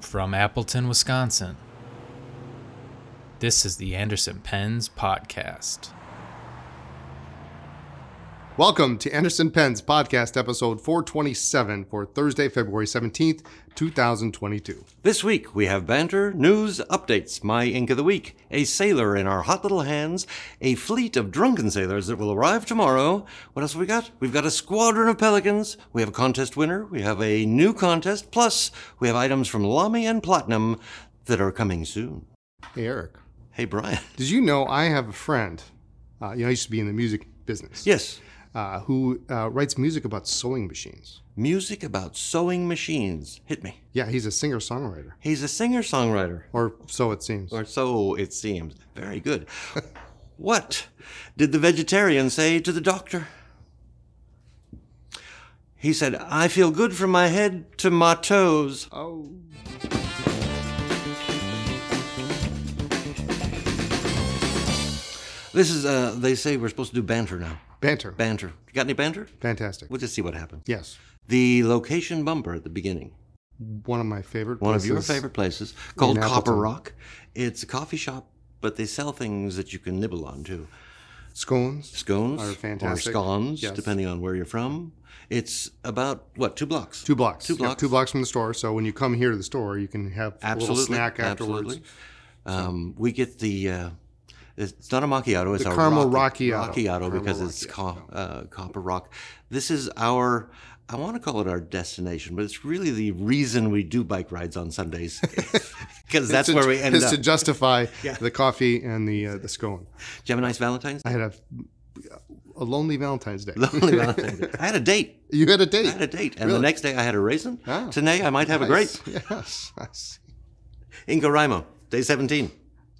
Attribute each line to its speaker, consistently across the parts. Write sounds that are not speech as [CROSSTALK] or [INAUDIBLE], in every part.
Speaker 1: from Appleton, Wisconsin. This is the Anderson Pens Podcast.
Speaker 2: Welcome to Anderson Penn's podcast episode 427 for Thursday, February 17th, 2022.
Speaker 3: This week we have banter, news, updates, my ink of the week, a sailor in our hot little hands, a fleet of drunken sailors that will arrive tomorrow. What else have we got? We've got a squadron of pelicans. We have a contest winner. We have a new contest. Plus, we have items from Lamy and Platinum that are coming soon.
Speaker 2: Hey, Eric,
Speaker 3: Hey, Brian. [LAUGHS]
Speaker 2: did you know I have a friend? Uh, you know, I used to be in the music business.
Speaker 3: Yes,
Speaker 2: Uh, who uh, writes music about sewing machines.
Speaker 3: music about sewing machines. Hit me.
Speaker 2: Yeah, he's a singer songwriter,
Speaker 3: He's a singer songwriter.
Speaker 2: or so it seems.
Speaker 3: Or so it seems. Very good. what did the vegetarian say to the doctor? He said, I feel good from my head to my toes.
Speaker 2: Oh.
Speaker 3: This is, uh, they say we're supposed to do banter now.
Speaker 2: Banter.
Speaker 3: Banter. You got any banter?
Speaker 2: Fantastic.
Speaker 3: We'll just see what happens.
Speaker 2: Yes.
Speaker 3: The location bumper at the beginning.
Speaker 2: One of my favorite
Speaker 3: One of your
Speaker 2: places.
Speaker 3: favorite places called
Speaker 2: In
Speaker 3: Copper
Speaker 2: Appleton.
Speaker 3: Rock. It's a coffee shop, but they sell things that you can nibble on too.
Speaker 2: Scones.
Speaker 3: Scones
Speaker 2: Are fantastic.
Speaker 3: or scones,
Speaker 2: Yes.
Speaker 3: depending on where you're from. It's about, what, two blocks?
Speaker 2: Two blocks.
Speaker 3: Two
Speaker 2: Yep,
Speaker 3: blocks.
Speaker 2: two blocks from the store. So when you come here to the store, you can have a
Speaker 3: Absolutely.
Speaker 2: little snack afterwards.
Speaker 3: Absolutely. Um, we get the. Uh, it's not a macchiato. It's
Speaker 2: The
Speaker 3: a
Speaker 2: caramel
Speaker 3: rocky-
Speaker 2: rocchiato. Caramel
Speaker 3: because it's co- uh, copper rock. This is our. I want to call it our destination, but it's really the reason we do bike rides on Sundays,
Speaker 2: [LAUGHS]
Speaker 3: because that's
Speaker 2: to-
Speaker 3: where we end
Speaker 2: is
Speaker 3: up.
Speaker 2: to
Speaker 3: [LAUGHS]
Speaker 2: justify the coffee and the uh, the scone.
Speaker 3: Did you have a nice Valentine's? [LAUGHS]
Speaker 2: I had a a lonely Valentine's Day. [LAUGHS]
Speaker 3: Lonely Valentine's Day. I had a date.
Speaker 2: you had a
Speaker 3: I had a
Speaker 2: date.
Speaker 3: date, and the
Speaker 2: Really?
Speaker 3: next day I had a raisin.
Speaker 2: Oh,
Speaker 3: Today I might have a grape.
Speaker 2: Nice. [LAUGHS] Yes. I see.
Speaker 3: Inca Raimo, day seventeen.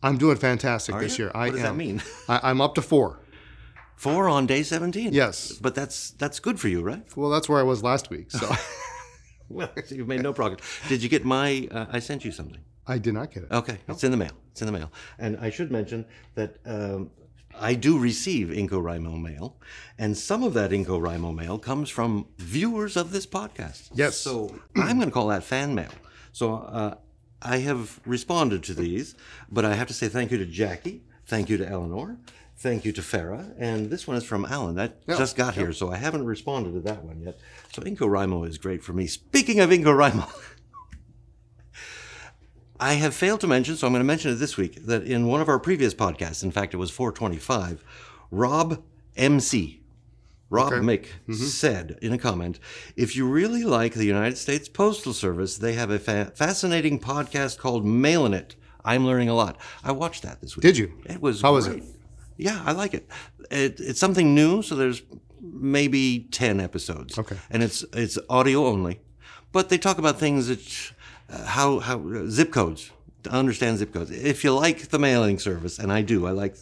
Speaker 2: I'm doing fantastic this
Speaker 3: you?
Speaker 2: year. I
Speaker 3: What does that
Speaker 2: am.
Speaker 3: mean? [LAUGHS]
Speaker 2: I, I'm up to four.
Speaker 3: Four on day seventeen.
Speaker 2: Yes.
Speaker 3: but that's that's good for you, right?
Speaker 2: Well, that's where I was last week.
Speaker 3: [LAUGHS]
Speaker 2: So [LAUGHS]
Speaker 3: Well, [LAUGHS] so you've made no progress. Did you get my? Uh, I sent you something.
Speaker 2: I did not get it.
Speaker 3: Okay, it's in the mail. It's in the mail. And I should mention that um, I do receive IncoRIMO mail, and some of that IncoRIMO mail comes from viewers of this podcast.
Speaker 2: Yes.
Speaker 3: So I'm going to call that fan mail. So uh, I have responded to these, but I have to say thank you to Jackie. Thank you to Eleanor. Thank you to Farah. And this one is from Alan. That just got here, so I haven't responded to that one yet. So IncoRIMO is great for me. Speaking of [LAUGHS] IncoRIMO. I have failed to mention, so I'm going to mention it this week, that in one of our previous podcasts, in fact, it was 425, Rob MC, Rob Mick, said in a comment If you really like the United States Postal Service, they have a fa- fascinating podcast called Mailin' It. I'm learning a lot. I watched that this week.
Speaker 2: Did you?
Speaker 3: It was
Speaker 2: How was
Speaker 3: great. Yeah, I like it. it. It's something new, so there's maybe ten episodes.
Speaker 2: Okay.
Speaker 3: and it's it's audio only, but they talk about things that uh, how how uh, zip codes to understand zip codes. If you like the mailing service, and I do, I like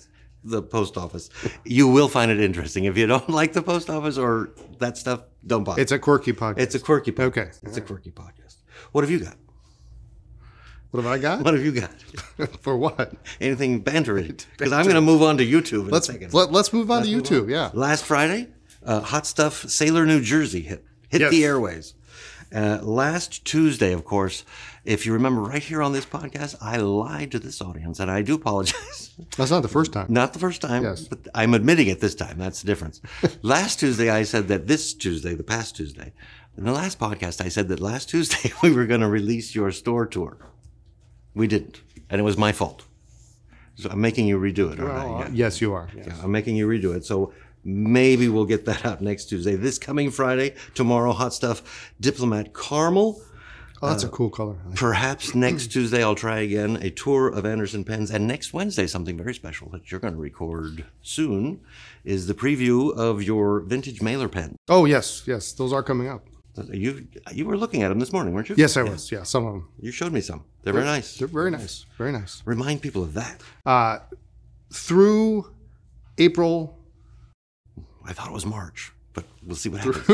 Speaker 3: the post office. you will find it interesting. If you don't [LAUGHS] like the post office or that stuff, don't bother.
Speaker 2: It's a quirky podcast.
Speaker 3: it's a quirky podcast.
Speaker 2: Okay.
Speaker 3: It's a quirky podcast. What have you got?
Speaker 2: what have I got?
Speaker 3: What have you
Speaker 2: [LAUGHS]
Speaker 3: got?
Speaker 2: For what?
Speaker 3: Anything
Speaker 2: [LAUGHS]
Speaker 3: bantery? Because I'm going to move on to YouTube in
Speaker 2: Let's
Speaker 3: a second.
Speaker 2: let, let's move on to YouTube. Yeah.
Speaker 3: Last Friday, uh, Hot Stuff Sailor New Jersey hit, hit
Speaker 2: Yes.
Speaker 3: the airways. Uh, last Tuesday, of course, if you remember right here on this podcast, I lied to this audience and I do apologize. [LAUGHS]
Speaker 2: That's not the first time.
Speaker 3: Not the first time,
Speaker 2: Yes.
Speaker 3: but I'm admitting it this time. That's
Speaker 2: [LAUGHS]
Speaker 3: the difference. last Tuesday, I said that this Tuesday, the past Tuesday, in the last podcast, I said that last Tuesday [LAUGHS] we were going to release your store tour. We didn't, and it was my fault. So I'm making you redo it. aren't I?
Speaker 2: Well,
Speaker 3: Yeah.
Speaker 2: uh, yes, you are.
Speaker 3: Yeah, I'm making you redo it. So maybe we'll get that out next Tuesday. This coming Friday, tomorrow, hot stuff, Diplomat Carmel.
Speaker 2: Oh, that's a
Speaker 3: Uh,
Speaker 2: cool color. I like
Speaker 3: Perhaps next Tuesday I'll try again a tour of Anderson Pens. And next Wednesday, something very special that you're going to record soon is the preview of your vintage mailer pen.
Speaker 2: Oh yes, yes, those are coming up.
Speaker 3: You you were looking at them this morning, weren't you?
Speaker 2: Yes, I was. Yeah, some of them.
Speaker 3: You showed me some. They're very nice.
Speaker 2: They're very nice. Very nice.
Speaker 3: Remind people of that.
Speaker 2: Uh, through April,
Speaker 3: I thought it was March, but we'll see
Speaker 2: [LAUGHS]
Speaker 3: what happens.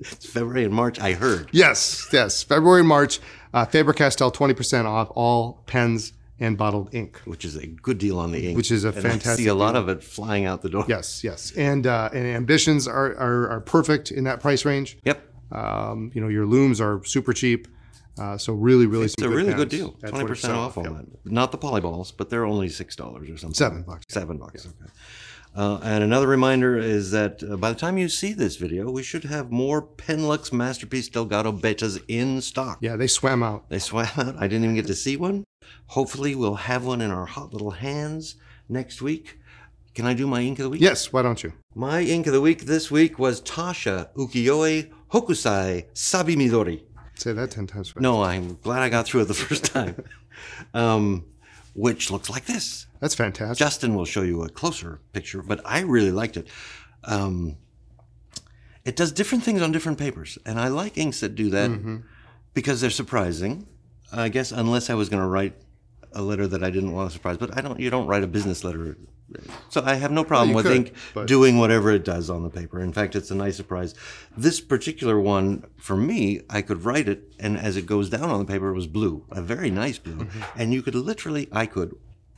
Speaker 3: It's February and March, I heard.
Speaker 2: yes, yes, February and March, uh, Faber Castell twenty percent off all pens and bottled ink.
Speaker 3: which is a good deal on the ink.
Speaker 2: Which is a
Speaker 3: and I see
Speaker 2: fantastic
Speaker 3: a lot of it flying out the door.
Speaker 2: Yes, yes, and uh, and ambitions are, are are perfect in that price range.
Speaker 3: Yep.
Speaker 2: Um, you know your looms are super cheap. Uh, so really, really,
Speaker 3: It's a really good deal.
Speaker 2: That's what
Speaker 3: Twenty
Speaker 2: it's
Speaker 3: percent
Speaker 2: selling,
Speaker 3: off on
Speaker 2: yep.
Speaker 3: that. Not the polyballs, but they're only six dollars or something.
Speaker 2: Seven bucks.
Speaker 3: Seven bucks. Okay. Uh, and another reminder is that uh, by the time you see this video, we should have more Penlux Masterpiece Delgado Betas in stock.
Speaker 2: Yeah, they swam out.
Speaker 3: They swam out. I didn't even get to see one. Hopefully, we'll have one in our hot little hands next week. Can I do my ink of the week?
Speaker 2: Yes, why don't you?
Speaker 3: My ink of the week this week was Tasha Ukiyoe Hokusai Sabi Midori.
Speaker 2: Say that ten times fast.
Speaker 3: No, I'm glad I got through it the first time. [LAUGHS] um, which looks like this.
Speaker 2: That's fantastic.
Speaker 3: Justin will show you a closer picture, but I really liked it. Um, it does different things on different papers, and I like inks that do that
Speaker 2: Mm-hmm.
Speaker 3: because they're surprising. I guess unless I was going to write a letter that I didn't want to surprise, but I don't. You don't write a business letter, so I have no problem
Speaker 2: you
Speaker 3: with
Speaker 2: could,
Speaker 3: ink
Speaker 2: but-
Speaker 3: doing whatever it does on the paper. In fact, it's a nice surprise. This particular one for me, I could write it, and as it goes down on the paper, it was blue, a very nice blue,
Speaker 2: Mm-hmm.
Speaker 3: and you could literally, I could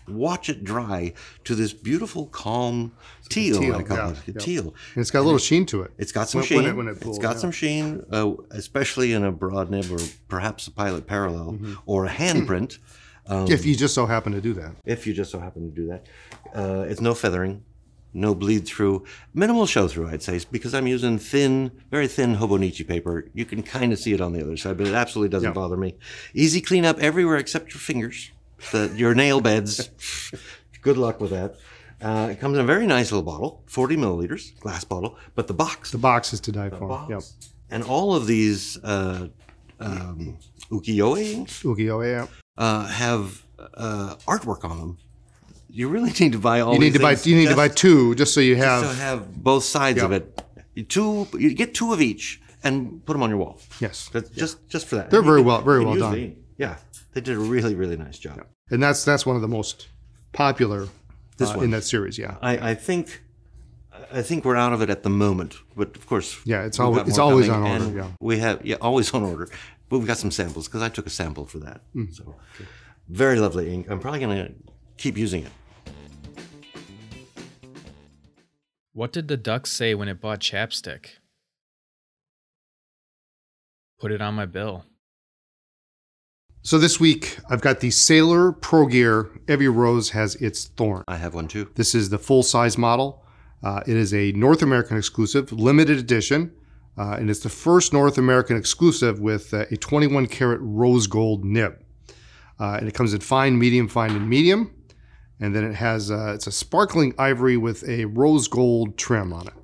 Speaker 3: watch it dry to this beautiful calm teal, I
Speaker 2: teal,
Speaker 3: call
Speaker 2: yeah,
Speaker 3: it
Speaker 2: yeah.
Speaker 3: teal.
Speaker 2: and it's got a little sheen to it.
Speaker 3: It's got some
Speaker 2: When-
Speaker 3: sheen.
Speaker 2: when it- when it
Speaker 3: has
Speaker 2: pulls,
Speaker 3: got
Speaker 2: yeah.
Speaker 3: some sheen, uh, especially in a broad nib or perhaps a pilot parallel
Speaker 2: Mm-hmm.
Speaker 3: or a handprint, um,
Speaker 2: If you just so happen to do that.
Speaker 3: if you just so happen to do that. Uh, it's no feathering, no bleed through, minimal show through, I'd say, because I'm using thin, very thin Hobonichi paper. You can kind of see it on the other side, but it absolutely doesn't bother me. Easy cleanup everywhere except your fingers, the, your nail beds. [LAUGHS] Good luck with that. Uh, it comes in a very nice little bottle, 40 milliliters, glass bottle, but the box
Speaker 2: The box is to die for. Yep.
Speaker 3: box. And all of these uh, um, ukiyo-e inks
Speaker 2: Ukiyo-e, yeah.
Speaker 3: uh, have uh, artwork on them. You really need to buy all.
Speaker 2: You need
Speaker 3: these
Speaker 2: to buy.
Speaker 3: things
Speaker 2: You need to
Speaker 3: just
Speaker 2: buy two just so you have.
Speaker 3: to have both sides of it. You Two, you get two of each and put them on your wall.
Speaker 2: yes.
Speaker 3: That's just just for that.
Speaker 2: They're
Speaker 3: You
Speaker 2: very
Speaker 3: can-
Speaker 2: well- very
Speaker 3: you
Speaker 2: well
Speaker 3: can
Speaker 2: done.
Speaker 3: use the- yeah, they did a really really nice job.
Speaker 2: And that's that's one of the most popular uh, in that series. Yeah.
Speaker 3: I, I think I think we're out of it at the moment, but of course,
Speaker 2: Yeah, it's
Speaker 3: we've
Speaker 2: alwa-
Speaker 3: got
Speaker 2: it's
Speaker 3: more
Speaker 2: always
Speaker 3: coming,
Speaker 2: on order,
Speaker 3: and
Speaker 2: yeah.
Speaker 3: we have yeah always on order, but we've got some samples because I took a sample for that.
Speaker 2: Mm.
Speaker 3: So very lovely ink. I'm probably going to keep using it.
Speaker 1: What did the duck say when it bought chapstick? Put it on my bill.
Speaker 2: So this week I've got the Sailor Pro Gear. Every rose has its thorn.
Speaker 3: I have one too.
Speaker 2: This is the full size model. Uh, it is a North American exclusive, limited edition, uh, and it's the first North American exclusive with uh, a 21 karat rose gold nib. Uh, and it comes in fine, medium, fine, and medium. And then it has uh, it's a sparkling ivory with a rose gold trim on it.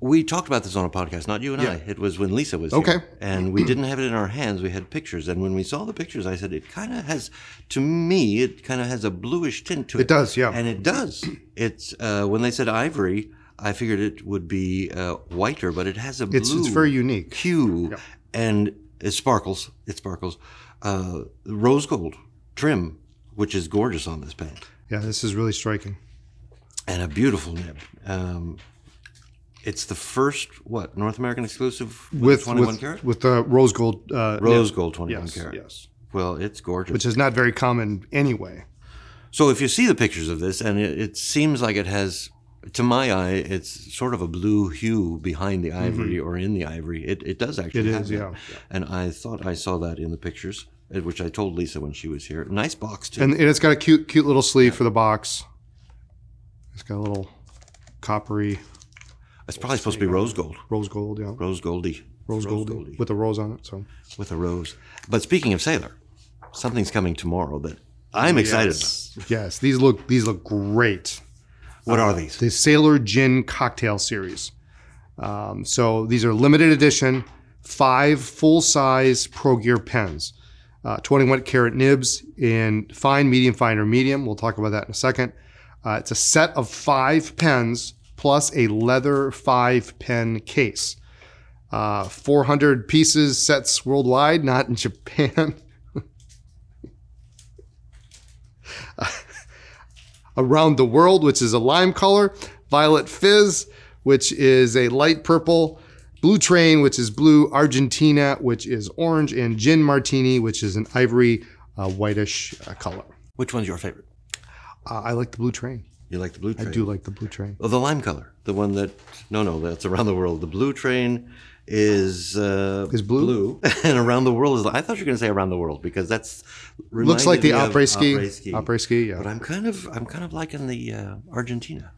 Speaker 3: We talked about this on a podcast, not you and
Speaker 2: Yeah.
Speaker 3: I. It was when Lisa was
Speaker 2: Okay.
Speaker 3: here, and we didn't have it in our hands. We had pictures, and when we saw the pictures, I said it kind of has, to me, it kind of has a bluish tint to it.
Speaker 2: It does, yeah.
Speaker 3: and it does. It's uh, when they said ivory, I figured it would be uh, whiter, but it has a blue
Speaker 2: It's it's very unique.
Speaker 3: hue, and it sparkles. It sparkles uh, rose gold trim, which is gorgeous on this pen,
Speaker 2: Yeah, this is really striking.
Speaker 3: and a beautiful nib. Um, it's the first what North American exclusive
Speaker 2: With
Speaker 3: 21
Speaker 2: with
Speaker 3: karat
Speaker 2: with uh, rose gold uh,
Speaker 3: rose
Speaker 2: nib.
Speaker 3: gold 21
Speaker 2: Yes,
Speaker 3: karat.
Speaker 2: yes,
Speaker 3: Well, it's gorgeous.
Speaker 2: which is not very common anyway.
Speaker 3: So if you see the pictures of this, and it, it seems like it has, to my eye, it's sort of a blue hue behind the ivory or in the ivory. It, it does actually.
Speaker 2: Mm-hmm. It
Speaker 3: have
Speaker 2: is,
Speaker 3: that.
Speaker 2: yeah.
Speaker 3: And I thought I saw that in the pictures, eh, which I told Lisa when she was here. Nice box too.
Speaker 2: And, and it's got a cute, cute little sleeve for the box. It's got a little coppery
Speaker 3: it's probably supposed to be rose gold,
Speaker 2: rose gold, yeah,
Speaker 3: rose goldy,
Speaker 2: rose, gold
Speaker 3: goldy.
Speaker 2: with a rose on it. So
Speaker 3: with a rose. But speaking of sailor, something's coming tomorrow that I'm excited about.
Speaker 2: yes, these look these look great.
Speaker 3: What are these?
Speaker 2: The Sailor Gin Cocktail Series. Um, so these are limited edition, five full size Pro Gear pens, uh, 21 karat nibs in fine, medium, fine, or medium. We'll talk about that in a second. Uh, it's a set of five pens plus a leather five pen case. Uh, 400 pieces sets worldwide, not in [LAUGHS] Japan. Around the World, which is a lime color, Violet Fizz, which is a light purple, Blue Train, which is blue, Argentina, which is orange, and Gin Martini, which is an ivory uh, whitish uh, color.
Speaker 3: Which one's your favorite?
Speaker 2: Uh, I like the Blue Train.
Speaker 3: You like the blue?
Speaker 2: I do like the Blue Train.
Speaker 3: Oh, the lime color, the one that no, no, that's around the world. The blue train is uh,
Speaker 2: Is blue?
Speaker 3: [LAUGHS] and around the world is. I thought you were going to say around the world because that's
Speaker 2: Looks
Speaker 3: reminded
Speaker 2: like the
Speaker 3: me of
Speaker 2: après ski.
Speaker 3: Après ski.
Speaker 2: Après ski,
Speaker 3: But
Speaker 2: yeah.
Speaker 3: I'm kind of I'm kind of liking the uh, Argentina.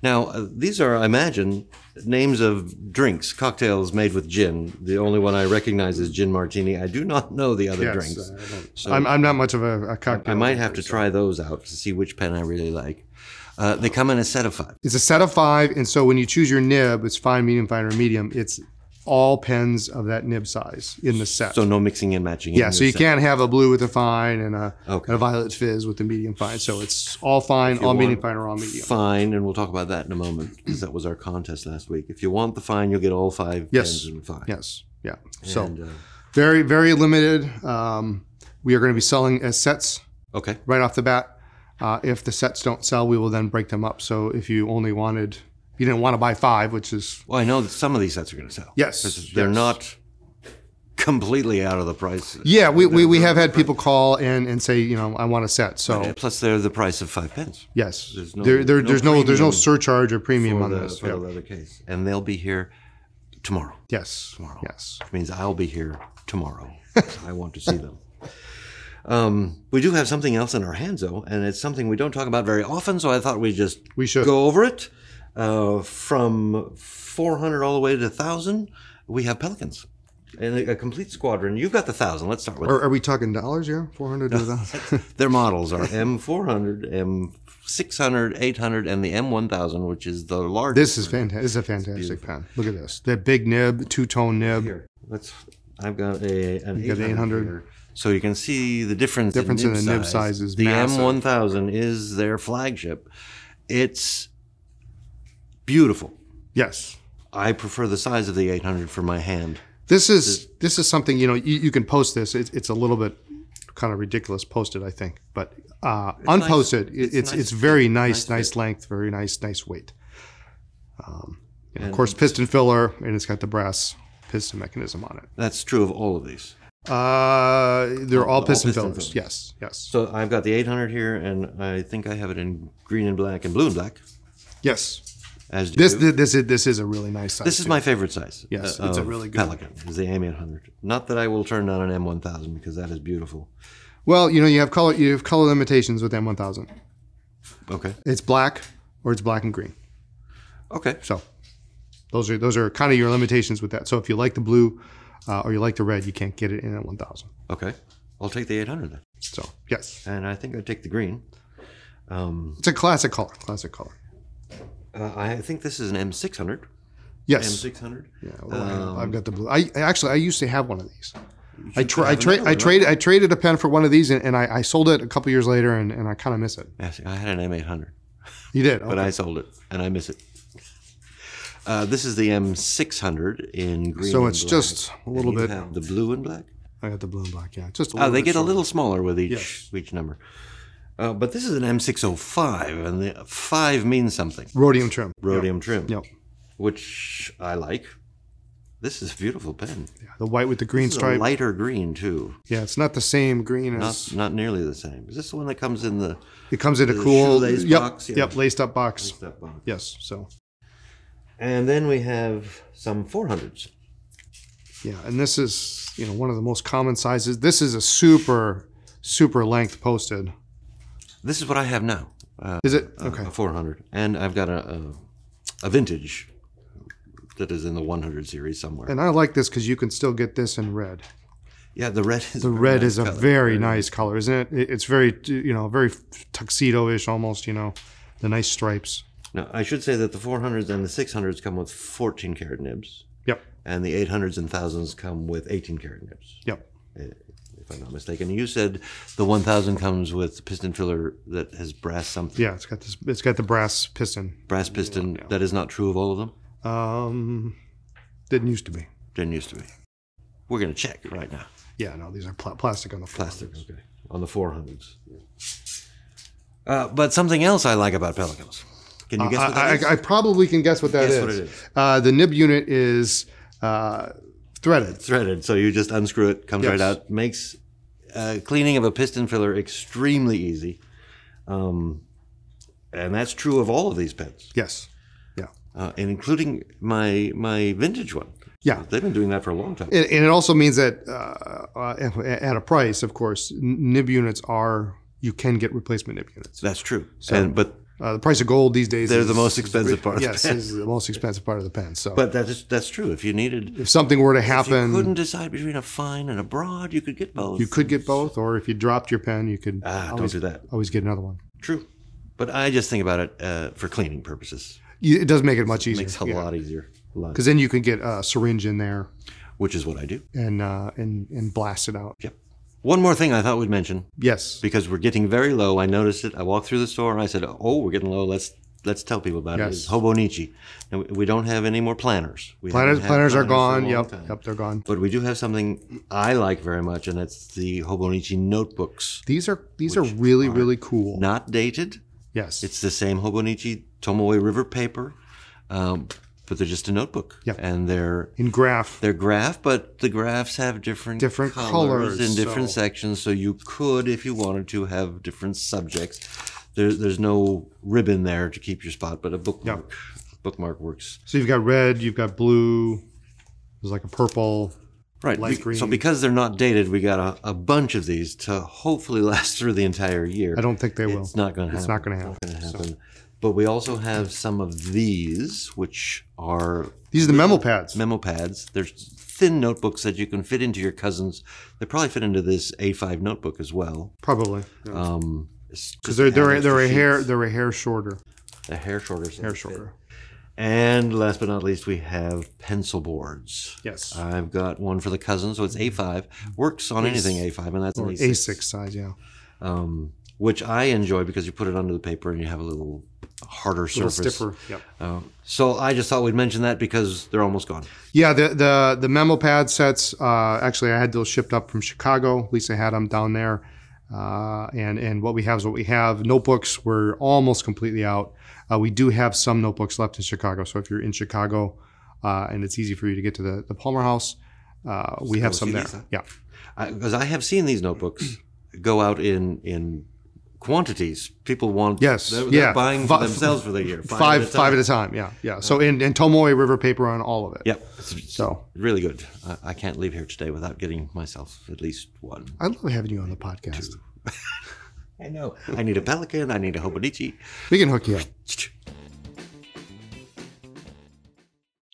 Speaker 3: Now uh, these are, I imagine, names of drinks, cocktails made with gin. The only one I recognize is gin martini. I do not know the other
Speaker 2: Yes, uh,
Speaker 3: drinks.
Speaker 2: I don't-
Speaker 3: So-
Speaker 2: I'm, I'm not much of a, a cocktail.
Speaker 3: I might have to
Speaker 2: drinker, so.
Speaker 3: try those out to see which pen I really like. Uh, they come in a set of five.
Speaker 2: It's a set of five, and so when you choose your nib, it's fine, medium, fine, or medium. It's all pens of that nib size in the set.
Speaker 3: So no mixing and matching. in
Speaker 2: yeah, so
Speaker 3: this
Speaker 2: you
Speaker 3: set.
Speaker 2: can't have a blue with a fine and a,
Speaker 3: Okay.
Speaker 2: and a violet fizz with the medium fine. So it's all fine, all
Speaker 3: want
Speaker 2: medium fine, or all medium.
Speaker 3: Fine, and we'll talk about that in a moment because that was our contest last week. If you want the fine, you'll get all five
Speaker 2: Yes.
Speaker 3: pens and fine.
Speaker 2: Yes. Yeah. So
Speaker 3: And, uh,
Speaker 2: very, very limited. Um, we are going to be selling as sets
Speaker 3: okay.
Speaker 2: right off the bat. Uh, if the sets don't sell, we will then break them up. So if you only wanted, if you didn't want to buy five, which is
Speaker 3: Well, I know that some of these sets are going to sell.
Speaker 2: Yes,
Speaker 3: 'Cause they're
Speaker 2: yes.
Speaker 3: not completely out of the price.
Speaker 2: yeah, we, we, we have had people call and, and say, you know, I want a set. So
Speaker 3: Uh, Plus, they're the price of five pence.
Speaker 2: yes,
Speaker 3: There's no-
Speaker 2: there, there,
Speaker 3: no
Speaker 2: there's no there's no
Speaker 3: premium
Speaker 2: surcharge or premium
Speaker 3: for
Speaker 2: on
Speaker 3: the,
Speaker 2: this.
Speaker 3: for the
Speaker 2: Yeah.
Speaker 3: leather case, and they'll be here tomorrow.
Speaker 2: Yes, yes,
Speaker 3: which means I'll be here tomorrow.
Speaker 2: [LAUGHS]
Speaker 3: I want to see them. Um, we do have something else in our hands, though, and it's something we don't talk about very often. So I thought we'd just
Speaker 2: we should.
Speaker 3: go over it. Uh, from 400 all the way to 1,000, we have pelicans and a, a complete squadron. You've got the 1,000. Let's start with
Speaker 2: Are, are we talking dollars here? Four hundred to a
Speaker 3: [LAUGHS]
Speaker 2: thousand.
Speaker 3: Their models are M400, M600, 800, and the M1000, which is the largest.
Speaker 2: This is fantastic. This is a fantastic pen. Look at this. That big nib, two tone nib.
Speaker 3: Here, let's. I've got a an
Speaker 2: You got
Speaker 3: 800,
Speaker 2: 800.
Speaker 3: here. so you can see the difference.
Speaker 2: Difference in
Speaker 3: in nib
Speaker 2: the nib
Speaker 3: size.
Speaker 2: size is
Speaker 3: the
Speaker 2: massive.
Speaker 3: M1000 is their flagship. It's beautiful.
Speaker 2: Yes.
Speaker 3: I prefer the size of the 800 for my hand.
Speaker 2: This is this is something you know you, you can post this. It's it's a little bit kind of ridiculous posted, I think, but uh, unposted, it- it's it's,
Speaker 3: nice.
Speaker 2: very nice,
Speaker 3: Nice
Speaker 2: nice, length, very nice, nice weight. Um, and of course, piston filler, and it's got the brass piston mechanism on it.
Speaker 3: That's true of all of these.
Speaker 2: Uh, they're all,
Speaker 3: all
Speaker 2: piston,
Speaker 3: piston
Speaker 2: fillers.
Speaker 3: fillers.
Speaker 2: Yes, yes,
Speaker 3: So I've got the 800 here, and I think I have it in green and black and blue and black.
Speaker 2: yes.
Speaker 3: As do
Speaker 2: This
Speaker 3: you.
Speaker 2: this is this is a really nice size.
Speaker 3: This is my favorite size.
Speaker 2: Yes,
Speaker 3: uh,
Speaker 2: it's a
Speaker 3: of
Speaker 2: really good one.
Speaker 3: Pelican. Is the M800. Not that I will turn on an M1000 because that is beautiful.
Speaker 2: well, you know, you have color you have color limitations with M1000.
Speaker 3: Okay.
Speaker 2: It's black or it's black and green.
Speaker 3: Okay.
Speaker 2: So those are those are kind of your limitations with that. So if you like the blue uh, or you like the red, you can't get it in at 1,000.
Speaker 3: Okay. I'll take the 800 then.
Speaker 2: So yes,
Speaker 3: And I think I'd take the green. Um,
Speaker 2: it's a classic color. Classic color.
Speaker 3: uh, I think this is an M600.
Speaker 2: Yes.
Speaker 3: M600.
Speaker 2: Yeah, well, I-
Speaker 3: Um,
Speaker 2: I've got the blue. I I actually I used to have one of these. I tra- I,
Speaker 3: have
Speaker 2: tra-
Speaker 3: another
Speaker 2: I
Speaker 3: one,
Speaker 2: traded I traded a pen for one of these and, and I, I sold it a couple years later and, and I kind of miss it.
Speaker 3: Yes, I had an M800,
Speaker 2: You did,
Speaker 3: but
Speaker 2: Okay.
Speaker 3: I sold it and I miss it. Uh, this is the M600 in green.
Speaker 2: so
Speaker 3: and
Speaker 2: it's
Speaker 3: black.
Speaker 2: just a little
Speaker 3: You
Speaker 2: bit.
Speaker 3: have the blue and black.
Speaker 2: I got the blue and black. Yeah, just a little
Speaker 3: Oh, they
Speaker 2: bit
Speaker 3: get a
Speaker 2: shorter.
Speaker 3: little smaller with each
Speaker 2: Yes.
Speaker 3: each number. Uh, but this is an M605, and the five means something.
Speaker 2: rhodium trim.
Speaker 3: Rhodium trim,
Speaker 2: Yep.
Speaker 3: which I like. This is a beautiful pen.
Speaker 2: Yeah, the white with the green
Speaker 3: This is a
Speaker 2: stripe.
Speaker 3: lighter green too.
Speaker 2: Yeah, it's not the same green
Speaker 3: Not
Speaker 2: as
Speaker 3: not nearly the same. Is this the one that comes in the
Speaker 2: it comes in a
Speaker 3: the
Speaker 2: cool
Speaker 3: shoelace
Speaker 2: yep,
Speaker 3: box, yeah.
Speaker 2: yep, laced up box.
Speaker 3: step box?
Speaker 2: Yes. So
Speaker 3: And then we have some 400s.
Speaker 2: yeah, and this is you know one of the most common sizes. This is a super super length posted.
Speaker 3: This is what I have now. Uh,
Speaker 2: Is it
Speaker 3: a-
Speaker 2: okay?
Speaker 3: A 400, and I've got a, a a vintage that is in the 100 series somewhere.
Speaker 2: And I like this because you can still get this in red.
Speaker 3: yeah, the red is
Speaker 2: The red is a very nice color, isn't it? It- It's very you know very tuxedo-ish almost. You know, the nice stripes.
Speaker 3: Now, I should say that the 400s and the 600s come with 14 karat nibs,
Speaker 2: Yep.
Speaker 3: and the 800s and 1000s come with 18 karat nibs,
Speaker 2: Yep.
Speaker 3: if I'm not mistaken. You said the 1000 comes with piston filler that has brass something,
Speaker 2: Yeah. It's got this. It's got the brass piston.
Speaker 3: brass piston. That is not true of all of them.
Speaker 2: Um, didn't used to be.
Speaker 3: Didn't used to be. We're going to check right now.
Speaker 2: Yeah. No, these are pla- plastic on the front.
Speaker 3: Plastic, okay. On the 400s. Uh, but something else I like about Pelicans. Can you guess what that
Speaker 2: Uh, I,
Speaker 3: is?
Speaker 2: I, I probably can guess what that is.
Speaker 3: Guess what it is.
Speaker 2: Uh, the nib unit is uh, threaded.
Speaker 3: threaded, so you just unscrew it, comes right
Speaker 2: Yes.
Speaker 3: out. Makes uh, cleaning of a piston filler extremely easy, um, and that's true of all of these pens,
Speaker 2: Yes.
Speaker 3: uh, and including my my vintage one.
Speaker 2: Yeah.
Speaker 3: They've been doing that for a long time.
Speaker 2: And, and it also means that uh, uh, at a price, of course, n- nib units are you can get replacement nib units.
Speaker 3: That's true.
Speaker 2: So-
Speaker 3: and but
Speaker 2: Uh, the price of gold these days
Speaker 3: They're
Speaker 2: is-
Speaker 3: the most expensive part of the
Speaker 2: yes,
Speaker 3: pen.
Speaker 2: is the most expensive part of the pen. So,
Speaker 3: but that is that's true. If you needed
Speaker 2: if something were to
Speaker 3: if you
Speaker 2: happen,
Speaker 3: couldn't decide between a fine and a broad, you could get both.
Speaker 2: you could get both, or if you dropped your pen, you could
Speaker 3: Ah, don't
Speaker 2: always,
Speaker 3: do that.
Speaker 2: always get another one.
Speaker 3: True. But I just think about it uh, for cleaning purposes.
Speaker 2: You, it does make it much easier.
Speaker 3: Makes it a lot easier. A lot.
Speaker 2: because then you can get a syringe in there
Speaker 3: Which is what I do.
Speaker 2: and uh, and and blast it out.
Speaker 3: Yep. One more thing I thought we'd mention
Speaker 2: Yes,
Speaker 3: because we're getting very low. I noticed it. I walked through the store and I said, "Oh, we're getting low. Let's let's tell people about it."
Speaker 2: Yes.
Speaker 3: It's Hobonichi. And we- we don't have any more planners. We
Speaker 2: planners
Speaker 3: haven't had
Speaker 2: planners are
Speaker 3: for a
Speaker 2: gone.
Speaker 3: long
Speaker 2: Yep,
Speaker 3: time.
Speaker 2: yep, they're gone.
Speaker 3: But we do have something I like very much, and that's the Hobonichi notebooks.
Speaker 2: These are these are really really cool.
Speaker 3: Not dated.
Speaker 2: yes,
Speaker 3: It's the same Hobonichi Tomoe River paper, um, but they're just a notebook.
Speaker 2: Yep.
Speaker 3: And they're
Speaker 2: in graph.
Speaker 3: they're graph, but the graphs have different
Speaker 2: Different colours,
Speaker 3: in different
Speaker 2: so-
Speaker 3: sections. So you could, if you wanted to, have different subjects. There, there's no ribbon there to keep your spot, but a bookmark bookmark works.
Speaker 2: So you've got red, you've got blue. There's like a purple.
Speaker 3: Right.
Speaker 2: Light
Speaker 3: be- So
Speaker 2: green.
Speaker 3: because they're not dated, we got a, a bunch of these to hopefully [LAUGHS] last through the entire year.
Speaker 2: I don't think they will.
Speaker 3: It's not going to happen.
Speaker 2: It's not going to happen.
Speaker 3: It's not gonna happen. But we also have some of these, which are
Speaker 2: These are the memo pads.
Speaker 3: memo pads. There's thin notebooks that you can fit into your cousin's. They probably fit into this A5 notebook as well.
Speaker 2: Probably
Speaker 3: Um, it's
Speaker 2: because
Speaker 3: just
Speaker 2: they're they're
Speaker 3: padded
Speaker 2: they're a
Speaker 3: sheets.
Speaker 2: hair they're a hair shorter
Speaker 3: a hair shorter so
Speaker 2: hair
Speaker 3: they fit.
Speaker 2: shorter.
Speaker 3: And last but not least, we have pencil boards.
Speaker 2: Yes,
Speaker 3: I've got one for the cousin, so it's A5. Works on anything A5, and that's an
Speaker 2: a
Speaker 3: A6,
Speaker 2: six size. Yeah,
Speaker 3: Um, which I enjoy because you put it under the paper and you have a little harder
Speaker 2: little
Speaker 3: surface.
Speaker 2: stiffer. Yep.
Speaker 3: Um, so I just thought we'd mention that because they're almost gone.
Speaker 2: Yeah, the the the memo pad sets. Uh, actually, I had those shipped up from Chicago. At least I had them down there. Uh, and and what we have is what we have. Notebooks were almost completely out. Uh, we do have some notebooks left in Chicago. So if you're in Chicago, uh, and it's easy for you to get to the the Palmer House, uh, we have
Speaker 3: go
Speaker 2: some
Speaker 3: see
Speaker 2: there.
Speaker 3: these, huh?
Speaker 2: Yeah,
Speaker 3: because I, have seen these notebooks go out in in quantities. People want
Speaker 2: Yes,
Speaker 3: they're, they're
Speaker 2: yeah.
Speaker 3: buying
Speaker 2: Fi-
Speaker 3: for themselves for the year
Speaker 2: five five at a time. Yeah, yeah. So in and Tomoe River paper on all of it.
Speaker 3: Yep, it's
Speaker 2: So
Speaker 3: really good. I, I can't leave here today without getting myself at least one.
Speaker 2: I love having you on the podcast.
Speaker 3: I know. I need a pelican. I need a hobonichi.
Speaker 2: We can hook you up.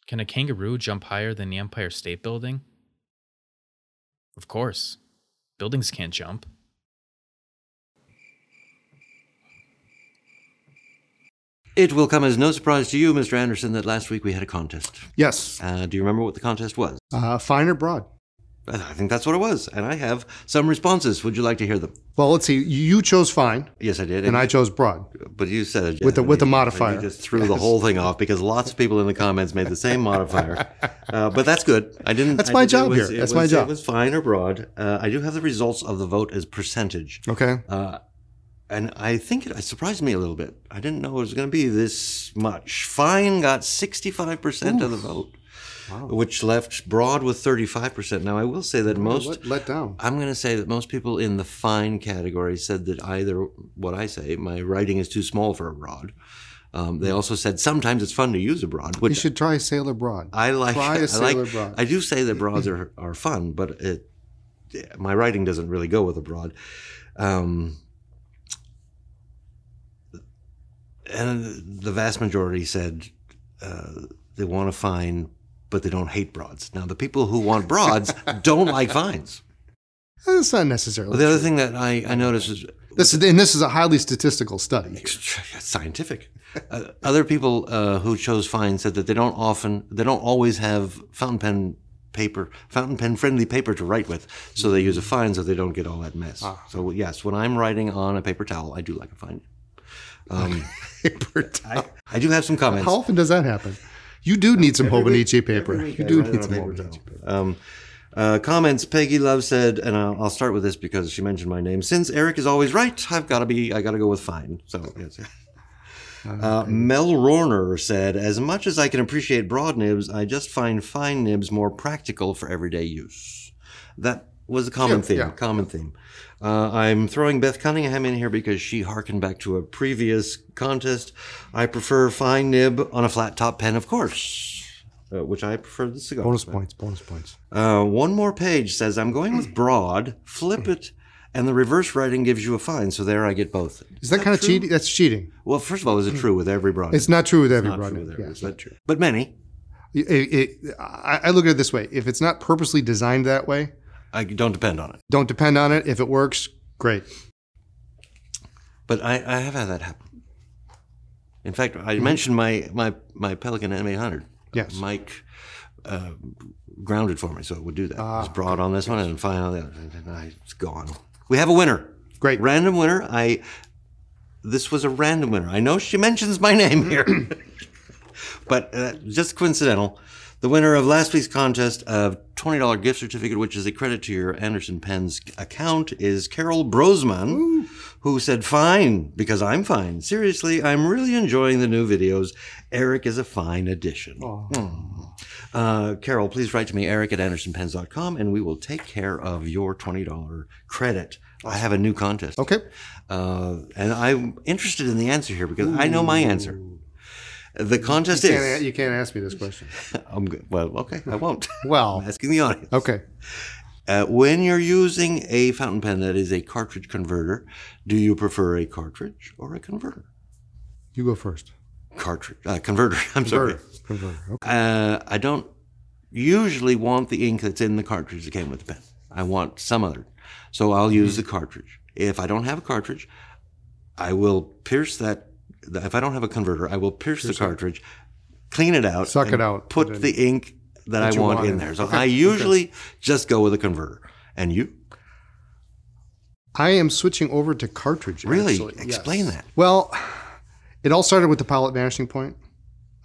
Speaker 1: Can a kangaroo jump higher than the Empire State Building? Of course. Buildings can't jump.
Speaker 3: It will come as no surprise to you, Mr. Anderson, that last week we had a contest.
Speaker 2: Yes,
Speaker 3: Uh, do you remember what the contest was?
Speaker 2: uh, fine or broad.
Speaker 3: I I think that's what it was, and I have some responses. Would you like to hear them?
Speaker 2: Well, let's see. You chose fine,
Speaker 3: Yes, I did.
Speaker 2: and I chose broad.
Speaker 3: But you said
Speaker 2: With the- with the
Speaker 3: you-
Speaker 2: modifier.
Speaker 3: You just threw
Speaker 2: [LAUGHS]
Speaker 3: the whole thing off because lots of people in the comments made the same modifier. Uh, but that's good. I didn't.
Speaker 2: That's
Speaker 3: I
Speaker 2: my
Speaker 3: did- it
Speaker 2: job
Speaker 3: was-
Speaker 2: here.
Speaker 3: it
Speaker 2: That's
Speaker 3: was-
Speaker 2: my job.
Speaker 3: It was fine or broad. Uh, I do have the results of the vote as percentage,
Speaker 2: Okay.
Speaker 3: uh, and I think it, it surprised me a little bit. I didn't know it was going to be this much. Fine got sixty-five percent of the vote, which left broad with thirty-five percent. Now I will say that most.
Speaker 2: let, let down.
Speaker 3: I'm going to say that most people in the fine category said that either what I say, my writing is too small for a rod. Um, they also said sometimes it's fun to use a rod,
Speaker 2: Hmm. You
Speaker 3: which
Speaker 2: should try sail abroad.
Speaker 3: I like.
Speaker 2: try a
Speaker 3: I like.
Speaker 2: sailor rod.
Speaker 3: I do say that
Speaker 2: [LAUGHS]
Speaker 3: rods are, are fun, but it, my writing doesn't really go with a rod. Um, and the vast majority said uh, they want a fine, but they don't hate broads. Now, the people who want
Speaker 2: [LAUGHS]
Speaker 3: broads don't like fines.
Speaker 2: That's not necessarily.
Speaker 3: Well, the other thing that I, I noticed is [LAUGHS]
Speaker 2: this is, and this is a highly statistical study. [LAUGHS]
Speaker 3: scientific. Uh, other people uh, who chose fine said that they don't often, they don't always have fountain pen paper, fountain pen friendly paper to write with, so they use a fine so they don't get all that mess. So yes, when I'm writing on a paper towel, I do like a fine. Um,
Speaker 2: Paper towel.
Speaker 3: I do have some comments.
Speaker 2: How often does that happen? You do need some Hobonichi paper. You do need some
Speaker 3: paper
Speaker 2: Hobonichi paper.
Speaker 3: Um, uh, comments. Peggy Love said, and I'll, I'll start with this because she mentioned my name. Since Eric is always right, I've got to be. I got to go with fine. So yes. [LAUGHS] Uh, Mel Rorner said, as much as I can appreciate broad nibs, I just find fine nibs more practical for everyday use. That was a common
Speaker 2: Yeah,
Speaker 3: theme.
Speaker 2: yeah.
Speaker 3: Common theme. Uh, I'm throwing Beth Cunningham in here because she harkened back to a previous contest. I prefer fine nib on a flat top pen, of course. uh, which I prefer the cigar.
Speaker 2: Bonus
Speaker 3: but-
Speaker 2: points, bonus points.
Speaker 3: Uh, one more page says, I'm going with broad, flip it, and the reverse writing gives you a fine. So there I get both.
Speaker 2: Is that, kind of
Speaker 3: true?
Speaker 2: cheating? That's cheating.
Speaker 3: Well, first of all, is it true with every broad?
Speaker 2: It's not true with
Speaker 3: Not
Speaker 2: everybody.
Speaker 3: true with every,
Speaker 2: Yeah,
Speaker 3: is
Speaker 2: it's
Speaker 3: that
Speaker 2: not true.
Speaker 3: But many.
Speaker 2: It, it- I, I look at it this way: if it's not purposely designed that way,
Speaker 3: I don't depend on it.
Speaker 2: don't depend on it. If it works, great.
Speaker 3: But I, I have had that happen. In fact, I mentioned my, my, my Pelican M800.
Speaker 2: Yes.
Speaker 3: Mike uh, grounded for me, so it would do that. it was broad on this one and fine on the other. And I, it's gone. We have a winner.
Speaker 2: Great.
Speaker 3: Random winner. I. This was a random winner. I know she mentions my name here, but uh, just coincidental. The winner of last week's contest of $20 gift certificate, which is a credit to your Anderson Penn's account, is Carol Brosman, who said, Fine, because I'm fine. Seriously, I'm really enjoying the new videos. Eric is a fine addition. Uh, Carol, please write to me, eric at andersonpens.com, and we will take care of your $20 credit. I have a new contest.
Speaker 2: Okay.
Speaker 3: Uh, and I'm interested in the answer here because I know my answer. The contest
Speaker 2: You can't,
Speaker 3: is.
Speaker 2: you can't ask me this question.
Speaker 3: I'm good. Well, okay, I won't. [LAUGHS] I'm
Speaker 2: Well,
Speaker 3: asking the audience.
Speaker 2: okay.
Speaker 3: Uh, when you're using a fountain pen that is a cartridge converter, do you prefer a cartridge or a converter?
Speaker 2: You go first.
Speaker 3: Cartridge, uh, converter. [LAUGHS] I'm sorry.
Speaker 2: Converter. Converter. Okay.
Speaker 3: Uh, I don't usually want the ink that's in the cartridge that came with the pen. I want some other. So
Speaker 2: Mm-hmm.
Speaker 3: I'll use the cartridge. If I don't have a cartridge, I will pierce that. If I don't have a converter, I will pierce, the cartridge, clean it out,
Speaker 2: Suck it
Speaker 3: and
Speaker 2: out,
Speaker 3: put
Speaker 2: and then-
Speaker 3: the ink that, I
Speaker 2: you
Speaker 3: want,
Speaker 2: want
Speaker 3: in
Speaker 2: in.
Speaker 3: there. So
Speaker 2: Okay,
Speaker 3: I
Speaker 2: okay.
Speaker 3: usually just go with a converter. And you?
Speaker 2: I am switching over to cartridge.
Speaker 3: Really?
Speaker 2: actually.
Speaker 3: Explain that.
Speaker 2: Well, it all started with the Pilot Vanishing Point.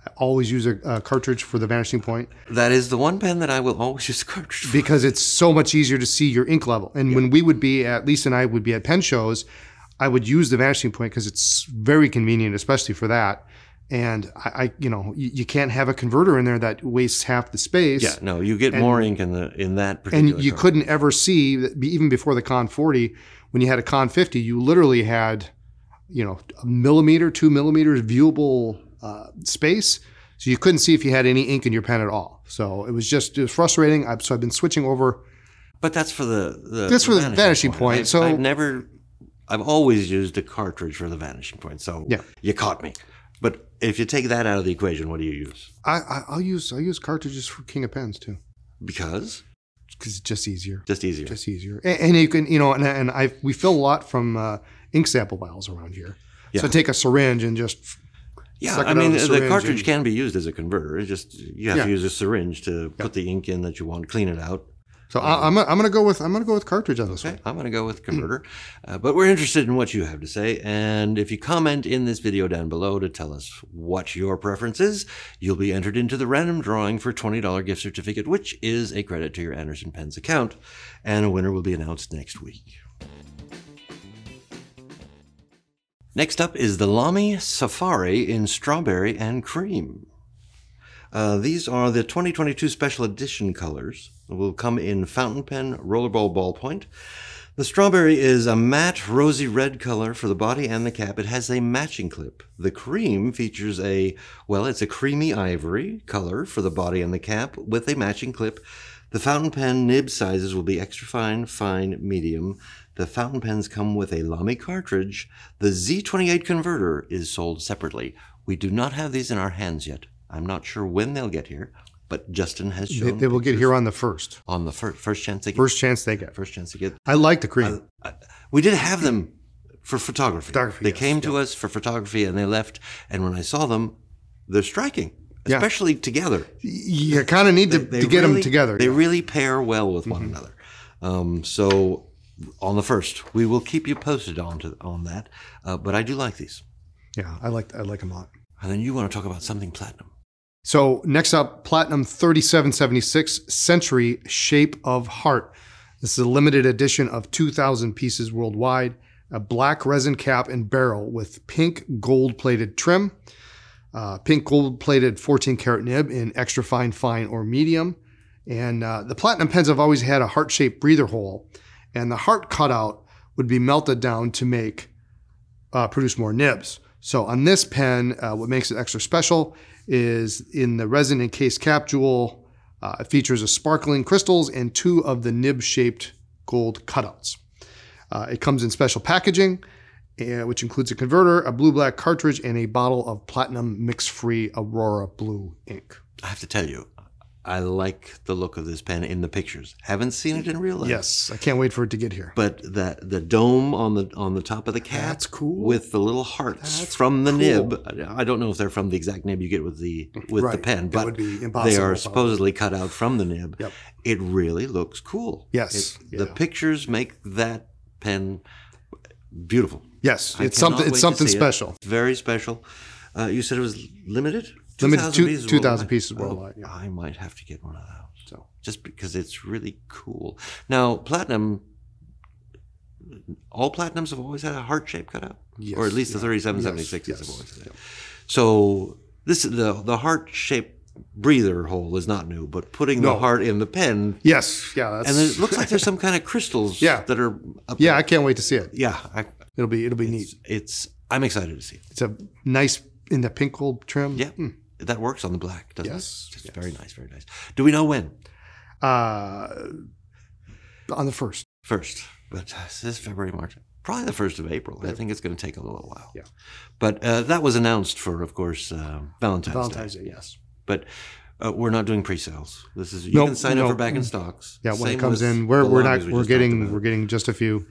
Speaker 2: I always use a, a cartridge for the Vanishing Point
Speaker 3: That is the one pen that I will always [LAUGHS] use a cartridge for.
Speaker 2: because it's so much easier to see your ink level. And when we would be at, Lisa and I would be at pen shows, I would use the Vanishing Point because it's very convenient, especially for that. And I, I you know, you, you can't have a converter in there that wastes half the space.
Speaker 3: Yeah, no, you get more ink in the in that
Speaker 2: and
Speaker 3: particular.
Speaker 2: you
Speaker 3: card.
Speaker 2: couldn't ever see that be- even before the con 40 when you had a con 50 you literally had you know a millimeter two millimeters viewable uh, space so you couldn't see if you had any ink in your pen at all so it was just it was frustrating I, so i've been switching over
Speaker 3: But that's for the, the
Speaker 2: That's for the vanishing point,
Speaker 3: I've,
Speaker 2: so-
Speaker 3: I've never, I've always used a cartridge for the vanishing point. So
Speaker 2: Yeah.
Speaker 3: you caught me. But if you take that out of the equation, what do you use?
Speaker 2: I, I, i'll use i'll use cartridges for king of pens too
Speaker 3: Because
Speaker 2: because it's just easier
Speaker 3: just easier.
Speaker 2: just easier and, and you can you know and, and i we fill a lot from uh, ink sample vials around here so
Speaker 3: Yeah.
Speaker 2: take a syringe and just
Speaker 3: yeah,
Speaker 2: suck it
Speaker 3: I
Speaker 2: out of
Speaker 3: mean
Speaker 2: the
Speaker 3: the,
Speaker 2: syringe
Speaker 3: cartridge
Speaker 2: and-
Speaker 3: can be used as a converter. It's just you have
Speaker 2: Yeah.
Speaker 3: to use a syringe to put the ink in that you want, clean it out.
Speaker 2: so I, I'm, I'm gonna go with i'm gonna go with cartridge on this one
Speaker 3: Okay, I'm going to go with converter. Uh, but we're interested in what you have to say. And if you comment in this video down below to tell us what your preference is, you'll be entered into the random drawing for $20 gift certificate, which is a credit to your Anderson Penn's account. And a winner will be announced next week. Next up is the Lamy Safari in Strawberry and Cream. Uh, these are the 2022 special edition colors. It will come in fountain pen, rollerball ballpoint. The strawberry is a matte rosy red color for the body and the cap. It has a matching clip. The cream features a, well, it's a creamy ivory color for the body and the cap with a matching clip. The fountain pen nib sizes will be extra fine, fine, medium. The fountain pens come with a Lamy cartridge. The Z28 converter is sold separately. We do not have these in our hands yet. I'm not sure when they'll get here, but Justin has
Speaker 2: they,
Speaker 3: shown
Speaker 2: they will get here on the first
Speaker 3: on the first, first chance they get.
Speaker 2: first chance they get
Speaker 3: first chance they get.
Speaker 2: I like the cream.
Speaker 3: We did have them for photography.
Speaker 2: Photography,
Speaker 3: they
Speaker 2: yes,
Speaker 3: came to us for photography and they left. And when I saw them, they're striking,
Speaker 2: Yeah.
Speaker 3: especially together.
Speaker 2: you kind of need to,
Speaker 3: They
Speaker 2: to get
Speaker 3: really-
Speaker 2: them together. Mm-hmm.
Speaker 3: They really pair well with one another. Um, so on the first, we will keep you posted on to, on that. Uh, but I do like these.
Speaker 2: yeah, I like I like them a lot.
Speaker 3: And then you want to talk about something platinum.
Speaker 2: So next up, Platinum 3776 Century Shape of Heart. This is a limited edition of 2,000 pieces worldwide. A black resin cap and barrel with pink gold plated trim, uh, pink gold plated 14 karat nib in extra fine, fine, or medium. And uh, the platinum pens have always had a heart shaped breather hole, and the heart cutout would be melted down to make uh, produce more nibs. So on this pen, uh, what makes it extra special is in the resin encased capsule. Uh, it features a sparkling crystals and two of the nib shaped gold cutouts. Uh, it comes in special packaging, uh, which includes a converter, a blue black cartridge, and a bottle of platinum mix free Aurora Blue ink.
Speaker 3: I have to tell you, I like the look of this pen in the pictures. Haven't seen it in real life.
Speaker 2: Yes, I can't wait for it to get here.
Speaker 3: But that the dome on the on the top of the cap
Speaker 2: That's cool.
Speaker 3: with the little hearts
Speaker 2: That's
Speaker 3: from the
Speaker 2: cool.
Speaker 3: nib. I don't know if they're from the exact nib you get with the with the
Speaker 2: Right.
Speaker 3: pen,
Speaker 2: That
Speaker 3: but
Speaker 2: would be
Speaker 3: they
Speaker 2: impossible,
Speaker 3: are
Speaker 2: probably.
Speaker 3: supposedly cut out from the nib.
Speaker 2: Yep.
Speaker 3: It really looks cool.
Speaker 2: Yes,
Speaker 3: It- the
Speaker 2: yeah.
Speaker 3: pictures make that pen beautiful.
Speaker 2: Yes,
Speaker 3: I
Speaker 2: it's something.
Speaker 3: cannot
Speaker 2: It's
Speaker 3: wait to
Speaker 2: something
Speaker 3: see it.
Speaker 2: special.
Speaker 3: Very special. Uh, you said it was limited.
Speaker 2: Limited
Speaker 3: 2,000
Speaker 2: two-
Speaker 3: pieces
Speaker 2: 2,000
Speaker 3: worldwide? Oh,
Speaker 2: pieces worldwide, yeah.
Speaker 3: I might have to get one of those.
Speaker 2: So
Speaker 3: just because it's really cool. Now, platinum, all platinums have always had a heart shape cut out,
Speaker 2: Yes,
Speaker 3: or at least the
Speaker 2: yeah.
Speaker 3: 37,
Speaker 2: Yes,
Speaker 3: 76
Speaker 2: yes,
Speaker 3: have always had. it. So this the the heart shaped breather hole is not new, but putting the
Speaker 2: No.
Speaker 3: heart in the pen.
Speaker 2: yes, yeah, that's,
Speaker 3: And it looks like there's
Speaker 2: [LAUGHS]
Speaker 3: some kind of crystals
Speaker 2: Yeah.
Speaker 3: that are up
Speaker 2: yeah. I
Speaker 3: there.
Speaker 2: can't wait to see it.
Speaker 3: yeah. I,
Speaker 2: It'll be it'll be neat.
Speaker 3: it's, it's I'm excited to see it.
Speaker 2: It's a nice in the pink gold trim. Hmm.
Speaker 3: Yeah, that works on the black, doesn't
Speaker 2: Yes,
Speaker 3: it? It's very nice, very nice. Do we know when?
Speaker 2: Uh, on the first.
Speaker 3: first, but uh, this is February, March, probably the first of April. I think it's going to take a little while.
Speaker 2: Yeah.
Speaker 3: But uh, that was announced for, of course, uh, Valentine's,
Speaker 2: Valentine's
Speaker 3: Day.
Speaker 2: Day, yes.
Speaker 3: But uh, we're not doing pre-sales. This is you
Speaker 2: No,
Speaker 3: can sign up
Speaker 2: no.
Speaker 3: for back in stocks.
Speaker 2: Yeah, when
Speaker 3: Same
Speaker 2: it comes
Speaker 3: with
Speaker 2: in, we're
Speaker 3: the
Speaker 2: we're
Speaker 3: lotteries
Speaker 2: not
Speaker 3: we
Speaker 2: we're
Speaker 3: just talked
Speaker 2: getting
Speaker 3: about.
Speaker 2: we're getting just a few.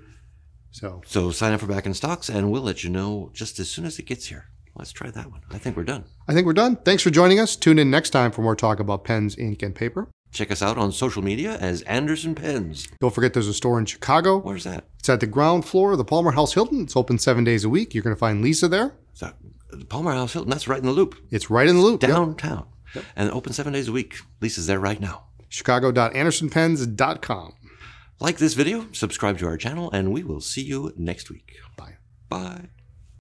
Speaker 2: So
Speaker 3: so sign up for back in stocks, and we'll let you know just as soon as it gets here. Let's try that one. I think we're done.
Speaker 2: I think we're done. Thanks for joining us. Tune in next time for more talk about pens, ink, and paper.
Speaker 3: Check us out on social media as Anderson Pens.
Speaker 2: Don't forget there's a store in Chicago.
Speaker 3: Where's that?
Speaker 2: It's at the ground floor of the Palmer House Hilton. It's open seven days a week. You're going to find Lisa there.
Speaker 3: The the Palmer House Hilton. That's right in the loop,
Speaker 2: It's right in the loop. Yep.
Speaker 3: downtown, and open seven days a week. Lisa's there right now.
Speaker 2: Chicago.andersonpens.com.
Speaker 3: Like this video, subscribe to our channel, and we will see you next week.
Speaker 2: Bye.
Speaker 3: Bye.